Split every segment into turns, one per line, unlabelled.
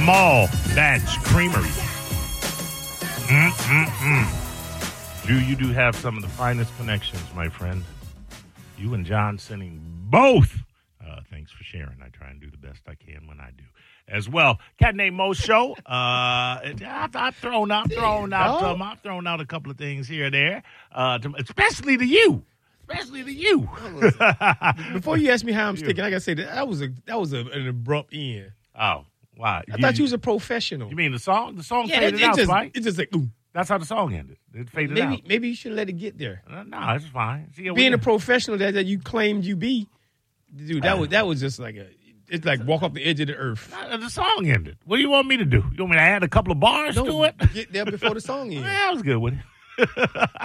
Mall Badge Creamery. Mm-mm-mm. Drew, you mm. do have some of the finest connections, my friend. You and John sending both. Uh, thanks for sharing. I try and do the best I can when I do as well. Cat named Mo Show. Uh, I've, I've thrown, I've thrown out,
dog.
um, I've thrown out a couple of things here and there, uh, to, especially to you, especially to you.
Before you ask me how I'm sticking, I gotta say that, that was a that was a, an abrupt end.
oh, wow!
I thought you was a professional.
You mean the song? The song
yeah, it,
faded
it
out,
just
right?
it just like ooh.
That's how the song ended. It faded
Maybe maybe you should let it get there.
out. Uh, No, it's fine. See,
Being
we-
a professional that, that you claimed you be, dude, that was that was just like a it's like walk off the edge of the earth.
Uh, the song ended. What do you want me to do? You want me to add a couple of bars to it?
Get there before the song ends.
Yeah, I was good with it.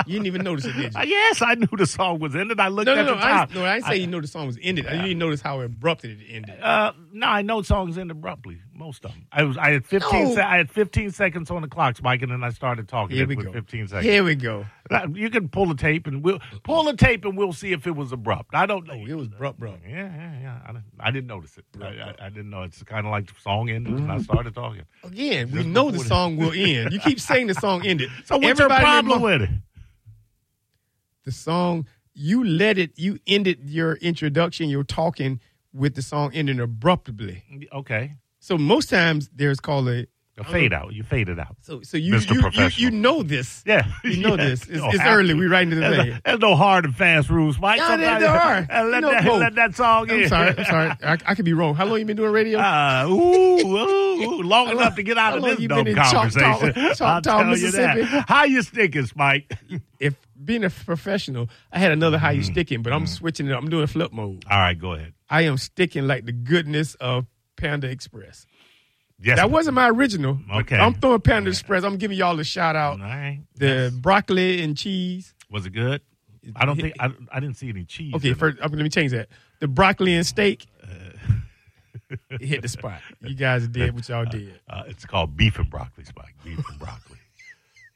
You didn't even notice it, did you?
Uh, yes, I knew the song was ended. I looked
No, no,
at
no.
the
I,
time.
no, I didn't say you know the song was ended. I didn't notice how abrupt it ended.
Uh, no, I know songs end abruptly. Most of them. I was. I had fifteen.
No.
Se- I had fifteen seconds on the clock, Spike, and then I started talking.
Here
it
we
with
go.
Fifteen seconds.
Here we go.
Uh, You can pull the tape and we'll pull the tape and we'll see if it was abrupt. I don't know.
It was abrupt, bro.
Yeah, yeah, yeah. I didn't, I didn't notice it. I, I, I didn't know. It's kind of like the song ended and I
Mm-hmm.
started talking.
Again, we
Just
know the
before the-
song will end. You keep saying the song ended.
So what's your
Everybody
problem
remember-
with it?
the song? You let it. You ended your introduction, your talking with the song ending abruptly.
Okay,
So most times there's called a
a fade out. You fade it out.
so so you
Mr.
you, you
Professional.
you know this.
Yeah,
You know
Yeah.
this. It's,
Don't
it's
have
early.
to.
We writing to the
There's,
thing.
no- there's no hard and fast rules, Mike.
No, there-
Somebody-
there are.
Uh, let,
You know
that,
both.
let that song
I'm
in.
sorry. I'm sorry. I, I could be wrong. How long you been doing radio?
Uh, ooh, ooh, ooh, long
How
enough
long-
to get out
how
of
long
this
you
dumb
been in Choctaw-
conversation. I'll
Choctaw,
tell you that.
Mississippi?
How you sticking, Spike?
if being a professional, I had another how you
Mm.
sticking, but I'm switching it up. I'm doing flip mode.
All right, go ahead.
I am sticking like the goodness of Panda Express.
Yes,
That wasn't my original. but
Okay.
I'm throwing Panda Express. I'm giving y'all a shout
All
out.
right.
The broccoli and cheese.
Was it good? I don't think I, I didn't see any cheese.
Okay,
in it.
first I'm, let me change that. The broccoli and steak. It hit the spot. You guys did what y'all did.
Uh, it's called beef and broccoli, Spike. Beef and broccoli.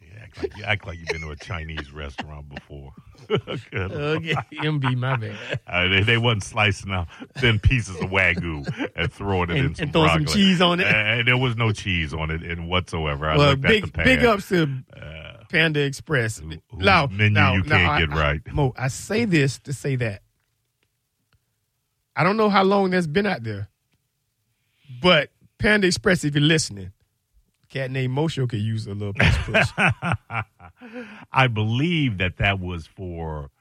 You act like you act like you've been to a Chinese restaurant before. Good lord.
Okay, MB, my bad.
Uh, they, they wasn't slicing up thin pieces of wagyu and throwing it in
And,
some
and throw some
broccoli.
cheese on it.
And there was no cheese on it in whatsoever. I
Well,
looked at the
big
pan.
big ups to
Uh,
Panda Express.
Who- whose
now,
menu
now,
you
now,
can't
I-
get right.
I, Mo, I say this to say that. I don't know how long that's been out there, but Panda Express, if you're listening, cat named Mosho could use a little push push.
I believe that that was for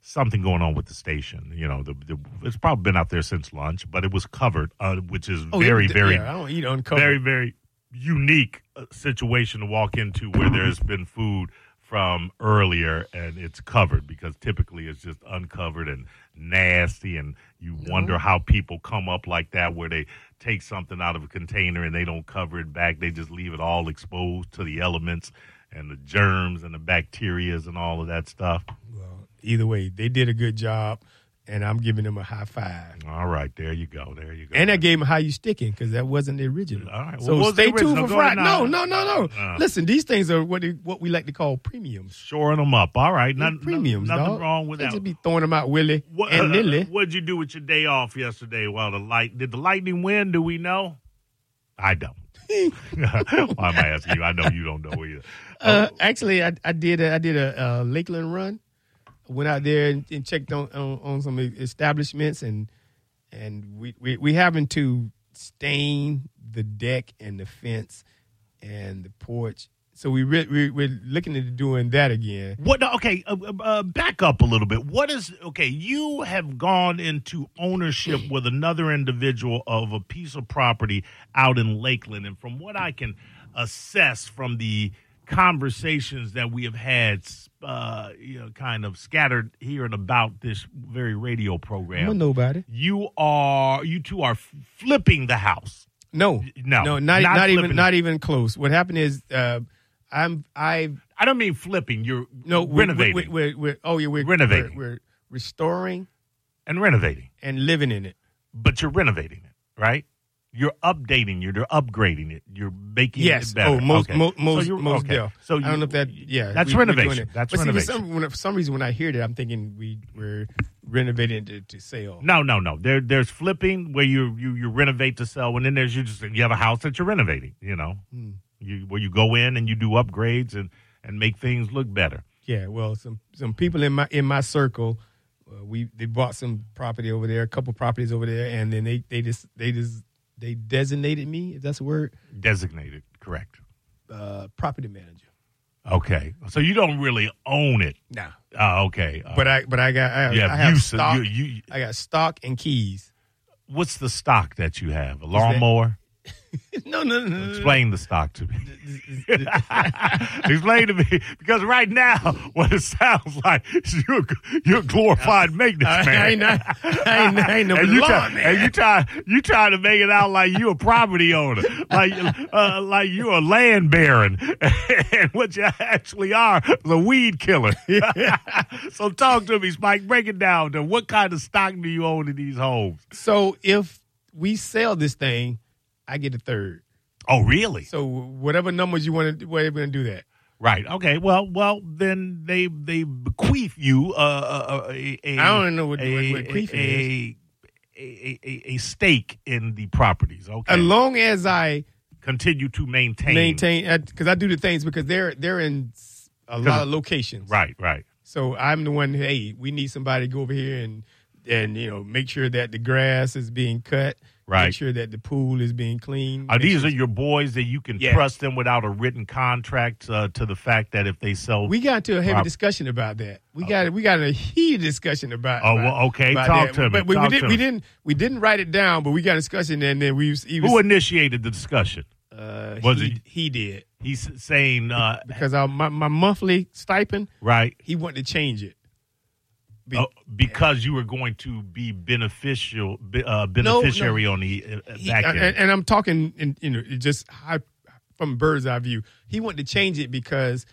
something going on with the station. You know, the, the it's probably been out there since lunch, but it was covered, uh, which is
Oh,
very,
yeah,
very,
yeah, I don't eat uncovered.
very, very unique uh, situation to walk into where there's been food from earlier and it's covered because typically it's just uncovered and nasty and you wonder how people come up like that where they take something out of a container and they don't cover it back they just leave it all exposed to the elements and the germs and the bacterias and all of that stuff
well, either way, they did a good job, and I'm giving them a high five.
all right there you go there you go
And I gave them how you sticking because that wasn't the original.
All right, well,
so
what was the
stay tuned
original?
for
Go
Friday.
now.
No, no, no, no.
Uh.
Listen, these things are what they, what we like to call premiums.
shoring them up all right
They're
nothing,
premiums,
nothing
dog.
wrong with
they
that
Just be throwing them out, Willie
What,
and Lily.
What'd you do with your day off yesterday? While the light did the lightning win? Do we know? I don't. Why am I asking you? I know you don't know either.
Uh, actually, I, I did a, I did a uh, Lakeland run. I went out there and, and checked on, on on some e, establishments, and and we we we having to stain the deck and the fence and the porch. So we re- we we're looking into doing that again.
What? Okay, uh, uh, back up a little bit. What is okay? You have gone into ownership with another individual of a piece of property out in Lakeland, and from what I can assess from the conversations that we have had, uh, you know, kind of scattered here and about this very radio program.
I'm a nobody.
you are you two are f- flipping the house.
No,
No,
no, not
not
e-, not,
flipping.
even not even close. What happened is uh, I'm I
I don't mean flipping. You're
no we're-
renovating
We're, we're, we're, oh yeah, we're
Renovating.
We're, we're restoring
and renovating,
and living in it.
but you're renovating it, right? You're updating it. You're upgrading it. You're making
Yes.
it better.
Oh, most,
Okay.
mo- most,
you're-
most
okay.
deaf.
So
I
Oh, you-
don't know if that. Yeah,
that's
we're doing
renovation.
it.
That's
but See,
renovation.
for, some, when, for some reason, when I hear that, I'm thinking we we're renovating to, to sell.
No, no, no. There, there's flipping where you you you renovate to sell, and then there's you just you have a house that you're renovating. You know,
Hmm.
you where you go in and you do upgrades and and make things look better.
Yeah. Well, some some people in my in my circle, uh, we they bought some property over there, a couple properties over there, and then they they just they just they designated me, if that's a word,
Designated, correct?
uh, property manager.
Okay. So you don't really own it.
Nah.
Uh, okay. Uh,
But I but I got I,
you
I
have,
have
use.
stock.
You, you,
I got stock and keys.
what's the stock that you have? A
that-
lawnmower.
no, no, no, no, no.
Explain the stock to me. Explain to me because right now, what it sounds like is you're, you're a glorified maintenance man.
I ain't, not, I ain't, I ain't no
and you try,
lawn, man.
and you try, you try to make it out like you a property owner, like uh, like you a land baron, and what you actually are is a weed killer. so talk to me, Spike. Break it down. To what kind of stock do you own in these homes?
So if we sell this thing, I get a third.
Oh, really?
So whatever numbers you want to, whatever going to do that.
Right. Okay. Well, well, then they they bequeath you uh, uh, a, a
I don't even know what-
a,
what bequeath
a, a, a, a, a stake in the properties. Okay.
As long as I
Continue to maintain.
maintain, because I do the things because they're they're in s- a lot of locations.
Right. Right.
So I'm the one. Hey, we need somebody to go over here and and you know make sure that the grass is being cut.
Right.
Make sure that the pool is being cleaned.
Are
make
these
sure-
are your boys that you can
Yeah.
trust them without a written contract uh, to the fact that if they sell.
we got into a heavy
Prob-
discussion about that. We got we got a heated discussion about.
Oh,
about-
well, okay.
about
Talk
that.
to me.
But we,
Talk
we
to
didn't we
me.
didn't we didn't write it down, but we got a discussion and then we was, he was,
who initiated the discussion?
uh,
was
he,
it-
he did
He's saying, uh,
because I, my my monthly stipend
right,
he wanted to change it. Be-
oh, because you were going to be beneficial be- uh,
no.
beneficiary on the uh,
He-
back end.
and, and I'm talking in you know it just high, from bird's eye view. He wanted to change it because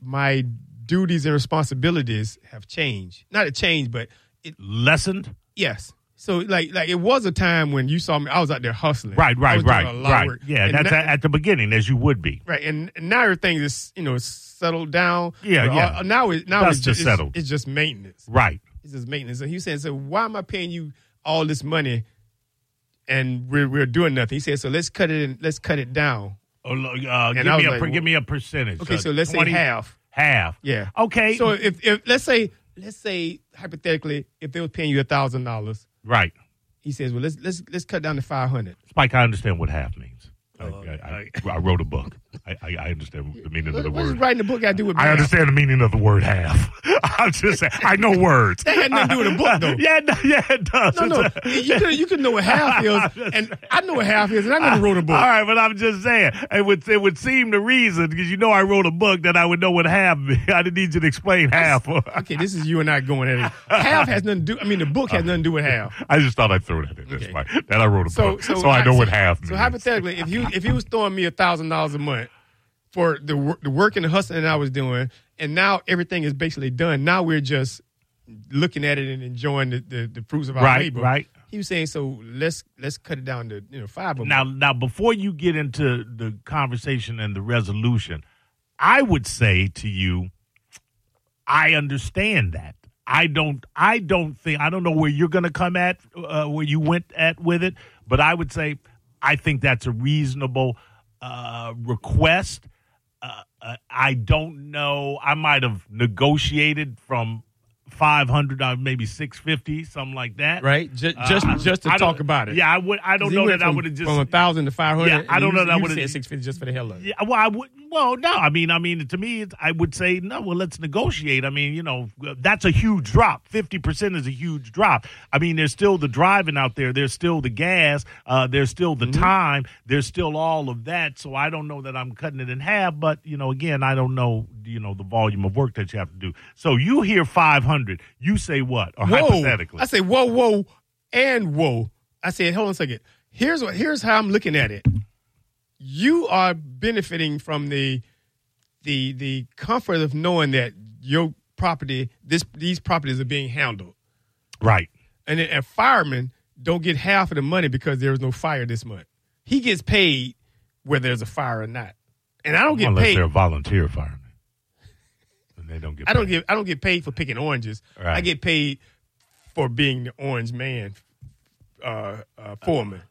my duties and responsibilities have changed. Not a change, but it,
Lessened?
Yes. So like like it was a time when you saw me. I was out there hustling.
Right,
I
right,
was doing
right,
a lot of
right.
work.
Yeah,
And
that's
now-
at, at the beginning, as you would be.
right. And, and now everything is you know settled down.
Yeah,
But
yeah.
all- now it now
That's
it's
just
it's-
settled.
It's just maintenance.
Right.
It's just maintenance. And he said, so why am I paying you all this money, and we're we're doing nothing? He said, so let's cut it and let's cut it down.
Oh, lo- Uh, give,
I
me
was
a,
like,
per- give
well-
me a percentage.
Okay,
Uh,
so let's
20
say half.
Half.
Yeah.
Okay.
So if, if let's say let's say hypothetically if they were paying you a thousand dollars,
right.
he says, well let's let's let's cut down to five hundred.
Spike, I understand what half means. I,
Oh,
I, I, I wrote a book. I, I, I understand the meaning of
What,
the
what does
word.
writing a book got to do with
I
math?
understand the meaning of the word half. I'm just saying, I know words.
That had nothing to do with a book, though.
yeah, no, yeah, it does.
No, no,
It's a-
you could you could know what half is, and I know what half is, and I never wrote a book.
All right, but I'm just saying it would it would seem the reason because you know I wrote a book that I would know what half. mean. I didn't need you to explain half.
Okay, this is you and I going at it. Half has nothing to do. I mean, the book has nothing to do with half.
I just thought I'd throw that in. That's
Okay.
why that I wrote a
So,
book, so, I know what half means.
So hypothetically, if you if you was throwing me a thousand dollars a month for the wor- the work and the hustling I was doing, and now everything is basically done. Now we're just looking at it and enjoying the, the, the fruits of our
Right,
labor.
right.
He was saying, so let's let's cut it down to you know five a month.
Now, now, before you get into the conversation and the resolution, I would say to you, I understand that. I don't. I don't think. I don't know where you're going to come at, uh, where you went at with it. But I would say, I think that's a reasonable uh, request. Uh, uh, I don't know. I might have negotiated from 500 to maybe 650, something like that.
right? Just just,
Uh,
just to
I don't-
talk about it.
Yeah, I would. I don't
He
know
went
that I
from-
would have just
from a thousand to five
Yeah,
hundred.
I don't know that I would've-
said six fifty just for the hell of it.
Yeah, well, I would. Well, no, I mean, I mean, to me, it's, I would say no. Well, let's negotiate. I mean, you know, that's a huge drop. Fifty percent is a huge drop. I mean, there's still the driving out there. There's still the gas. Uh, there's still
Mm-hmm.
the time. There's still all of that. So I don't know that I'm cutting it in half. But you know, again, I don't know. You know, the volume of work that you have to do. So you hear five hundred. You say what? Or hypothetically,
I say whoa, whoa, and whoa. I said, hold on a second. Here's what. Here's how I'm looking at it. You are benefiting from the the the comfort of knowing that your property, this these properties are being handled,
right?
and then- and firemen don't get half of the money because there was no fire this month. He gets paid whether there's a fire or not, and I don't get
Unless
paid.
they're a volunteer fireman. And they don't get
I don't
paid.
get I don't get paid for picking oranges.
Right.
I get paid for being the orange man uh, uh, foreman.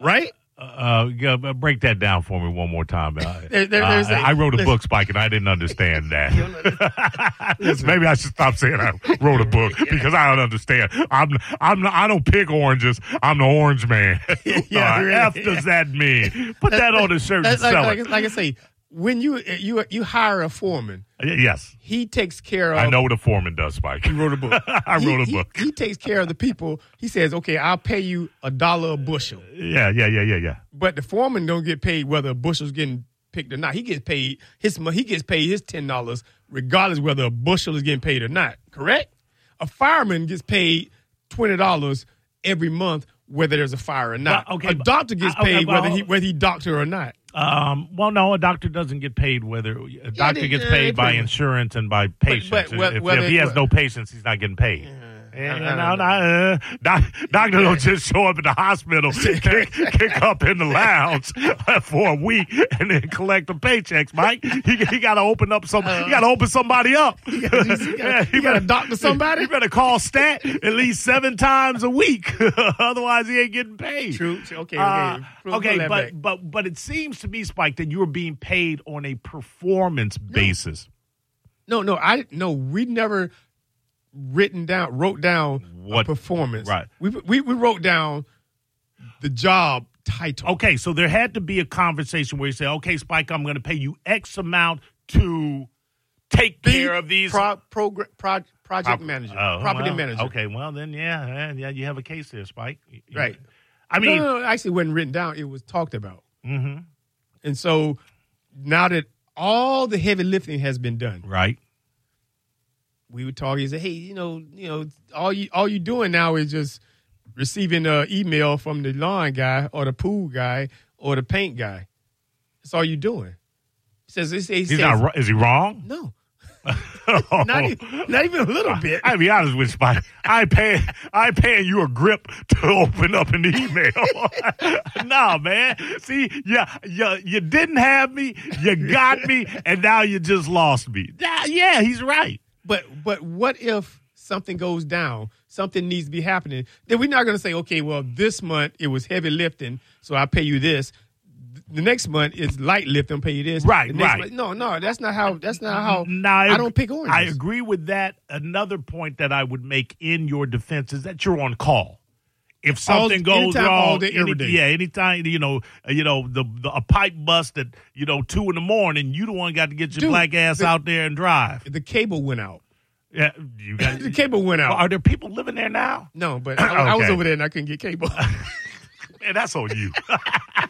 right?
Uh, yeah, but break that down for me one more time. I,
There- there-
I-
there's a-
I wrote a
listen.
book, Spike, and I didn't understand that.
Listen.
Maybe I should stop saying I wrote a book because I don't understand. I'm, I'm, not- I don't pick oranges. I'm the orange man.
Yeah,
What the
really,
F
yeah.
does that mean? Put that on the shirt and
That's like,
sell
like,
it.
like I say, when you you you hire a foreman,
Y- Yes,
he takes care of.
I know what a foreman does, Spike.
He wrote a book.
I
He-
wrote a
he-
book.
He, takes care of the people. He says, "Okay, I'll pay you a dollar a bushel,"
Yeah, yeah, yeah, yeah, yeah.
but the foreman don't get paid whether a bushel's getting picked or not. He gets paid his mo- he gets paid his ten dollars regardless whether a bushel is getting paid or not. Correct? A fireman gets paid twenty dollars every month whether there's a fire or not.
Well, okay,
a
but-
doctor gets
I- okay,
paid
well-
whether he whether he doctor or not.
Um, well, no, a doctor doesn't get paid whether a doctor
they-
gets
yeah, they
paid by
pretty much-
insurance and by patients.
but whe-
if,
whether-
if he has
whe-
no patients, he's not getting paid. And,
I- I
no,
don't
no, uh, doc, doctor don't just show up at the hospital, kick, kick up in the lounge for a week, and then collect the paychecks. Mike, he, he got to open up some. he got to open somebody up. Yeah,
Uh-huh. you gotta doctor somebody?
You better call stat at least seven times a week, otherwise he ain't getting paid.
True, true. Okay, okay.
Uh,
Pull- pull
okay,
that
but
back.
but but it seems to me, Spike, that you are being paid on a performance basis.
No, no, I no. We never written down, wrote down
What-
a performance.
right.
We, we we wrote down the job title.
Okay, so there had to be a conversation where you say, "Okay, Spike, I'm going to pay you X amount to take care of these."
pro, progra- pro- project manager,
Oh,
property
well,
manager.
Okay, well then, yeah, eh, yeah, you have a case there, Spike. You- you-
Right.
I
No,
mean,
no, no, actually, it wasn't written down. It was talked about.
mhm,
And so now that all the heavy lifting has been done,
right.
we would talk. He said, "Hey, you know, you know, all you all you doing now is just receiving an email from the lawn guy or the pool guy or the paint guy. That's all you doing." He says, "He says, he
He's
says,
not. ro- Is he wrong?
no, not e-, even, not even a little bit."
I'll be honest with you, Spike. I pay I paying you a grip to open up an email. nah, man. See, yeah, yeah, you didn't have me, you got me, and now you just lost me. Yeah, yeah, he's right.
But but what if something goes down? Something needs to be happening. Then we're not going to say, okay, well, this month it was heavy lifting, so I pay you this. The next month it's light lifting, I'll pay you this.
Right,
The next
right.
month- no, no, that's not how. That's not how.
Now, I,
Oh, I don't pick oranges.
I agree with that. Another point that I would make in your defense is that you're on call. If
All-
something goes
anytime,
wrong,
all day, every day.
yeah, anytime you know, uh, you know, the, the a pipe bust at you know two in the morning, you the one got to get your
Dude,
black ass
the-
out there and drive.
The cable went out.
Yeah, you got
The cable went out.
Well, Are there people living there now?
no, but I, I was
Okay.
over there and I couldn't get cable.
Man, that's on you.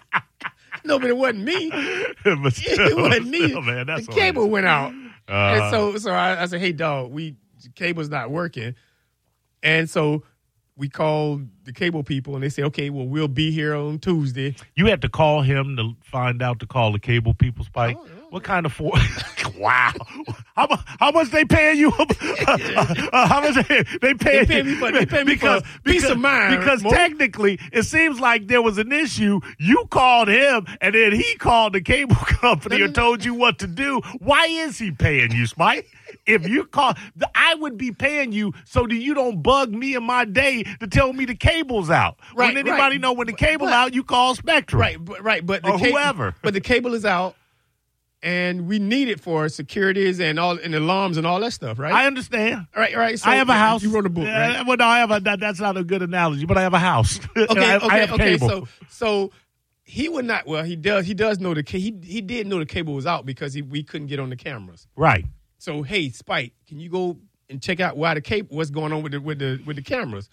no, but it wasn't me.
But
It
still,
wasn't me.
still, man, that's
the
on
cable
you.
went out.
Uh,
and so so I, I said, hey dog, we the cable's not working. And so we called the cable people and they said, okay, well we'll be here on Tuesday.
you had to call him to find out to call the cable people, Spike.
Oh, yeah.
What kind of for? wow, how, mu- how much they paying you? Uh, how much they, they paying
pay me
you?
for- they pay me for peace of mind,
Because
Mo.
technically, it seems like there was an issue. You called him, and then he called the cable company
No, no,
and
no.
told you what to do. Why is he paying you, Spike? If you call, the- I would be paying you so that you don't bug me in my day to tell me the cable's out.
Right,
when
right.
anybody know when the cable's
But-
out, you call Spectrum.
Right, but right, but the
Or
cable,
whoever.
But the cable is out and we need it for securities and all and alarms and all that stuff, right?
I understand.
all right, all right. So
I have a house.
You wrote a book, right?
Uh, well, no, I have a. That, that's not a good analogy, but I have a house.
okay,
I,
okay,
I have
okay.
cable.
So, so he would not. Well, he does. He does know the ca- he he did know the cable was out because he, we couldn't get on the cameras.
right.
So, hey, Spike, can you go and check out why the cable? What's going on with the with the with the cameras?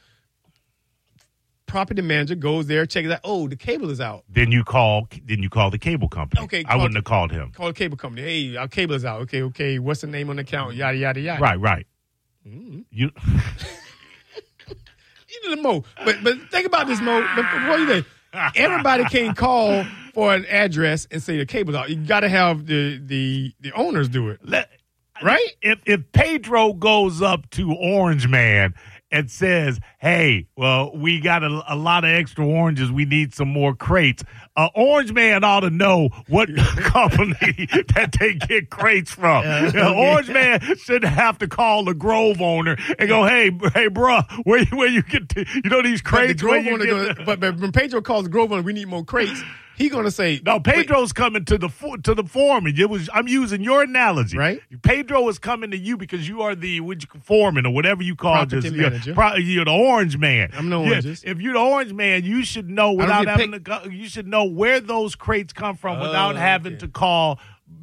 Property manager goes there, checks out. Oh, the cable is out.
Then you call. Then you call the cable company.
Okay,
I
call-
wouldn't have called him.
Call the cable company. Hey, our cable is out. Okay, okay. What's the name on the account? Yada yada yada.
Right. Right.
Mm-hmm.
You.
You know, Mo. But but think about this, Mo. Before you do, everybody can't call for an address and say the cable's out. You got to have the the the owners do it.
Let,
right?
if if Pedro goes up to Orange Man and says, hey, well, we got a, a lot of extra oranges. We need some more crates. Uh, Orange Man ought to know what company that they get crates from. Uh, Orange Man shouldn't have to call the Grove owner and go, hey, br- hey, bro, where you- where you get to, you know these
But the
crates? where
Grove
you
owner,
get
gonna,
the-
but, but when Pedro calls the Grove owner, we need more crates. He gonna say
no, Pedro's coming to the fo- to the foreman. It was I'm using your analogy,
Right.
Pedro is coming to you because you are the which foreman or whatever you call
Property
this. You're,
manager.
pro- you're the orange man.
I'm no
Yeah,
oranges.
If you're the orange man, you should know
don't
without
get
having to. Go, you should know where those crates come from without
Oh,
having
okay.
to call.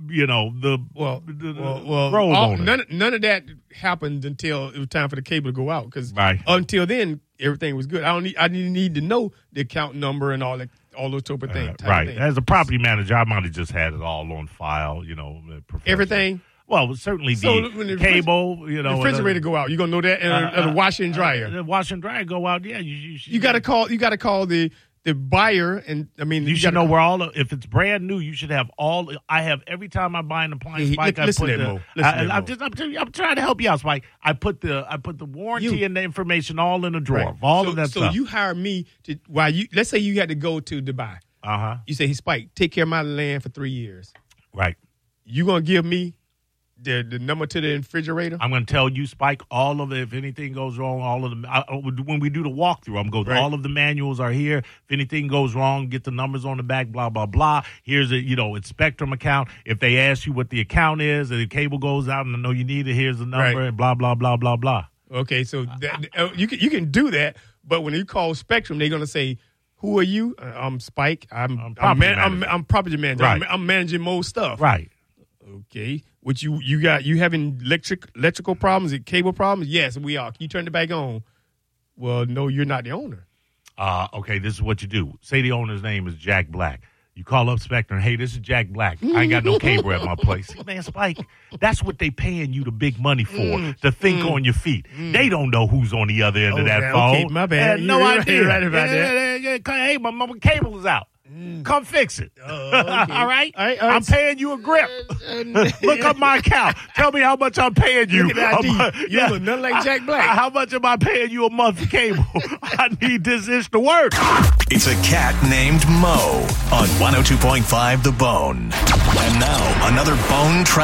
You know the
Well,
the, the
well, well
road
all-
owner.
none, none of that happened until it was time for the cable to go out. Because
Right.
until then, everything was good. I don't need, I didn't need to know the account number and all that, all those type of
Uh,
things. type of
right.
things.
As a property manager, I might have just had it all on file. You know, uh, professional.
Everything?
Well, certainly
So
the,
when the refrig-
cable. You know,
The
and
refrigerator
other-
go out. You are gonna know that, and
Uh,
uh,
uh,
the washer and dryer.
The washer and dryer go out. Yeah, you you, should-
you got to call. You got to call the the buyer, and I mean,
You, should
gotta
know
call-
where all of, if it's brand new, you should have all. I have every time I buy an appliance,
Hey,
Spike.
li- listen
I put
to that,
the,
Mo. Listen
I,
to that,
I'm
Mo.
just I'm, trying- I'm trying to help you out, Spike. I put the I put the warranty
You.
and the information all in a drawer.
Right.
Of all
so,
of that
So
stuff.
you hire me to while you. Let's say you had to go to Dubai.
uh huh.
You say, "Hey, Spike, take care of my land for three years."
Right.
You gonna give me the the number to the refrigerator?
I'm going to tell you, Spike, all of it. If anything goes wrong, all of the I, I- when we do the walkthrough, I'm going. to
Right.
All of the manuals are here. If anything goes wrong, get the numbers on the back. Blah blah blah. Here's a you know it's Spectrum account. If they ask you what the account is, and the cable goes out, and I know you need it. Here's the number.
Right.
And blah blah blah blah blah.
Okay, so that, uh, you can you can do that, but when you call Spectrum, they're gonna say, "Who are you?" Uh, I'm Spike. I'm I'm
property
I'm, man, I'm,
manager."
I'm property manager. I'm-
Right.
I'm, managing most stuff.
Right.
Okay. What you you got? You having electric electrical problems? and Cable problems? Yes, we are. Can you turn the back on? Well, no, you're not the owner.
Uh, okay, this is what you do. Say the owner's name is Jack Black. You call up Spectrum. Hey, this is Jack Black. I ain't got no cable at my place. See, Man, Spike, that's what they paying you the big money for to think on your feet. They don't know who's on the other end of
Mm, Oh,
that
yeah,
phone.
okay, my bad.
Had no
You're right,
idea.
you're right about
yeah,
that. Mm.
yeah, yeah, yeah. Hey, my, my cable is out. Come fix it.
okay.
all, right?
All right, all right.
I'm paying you a grip. Look up my account. Tell me how much I'm paying you.
Look at the
I'm-
ID. You look nothing like Jack Black.
How much am I paying you a month for cable? I need this ish to work.
It's a cat oh named Mo on 102.5 The Bone. And now, another bone trap.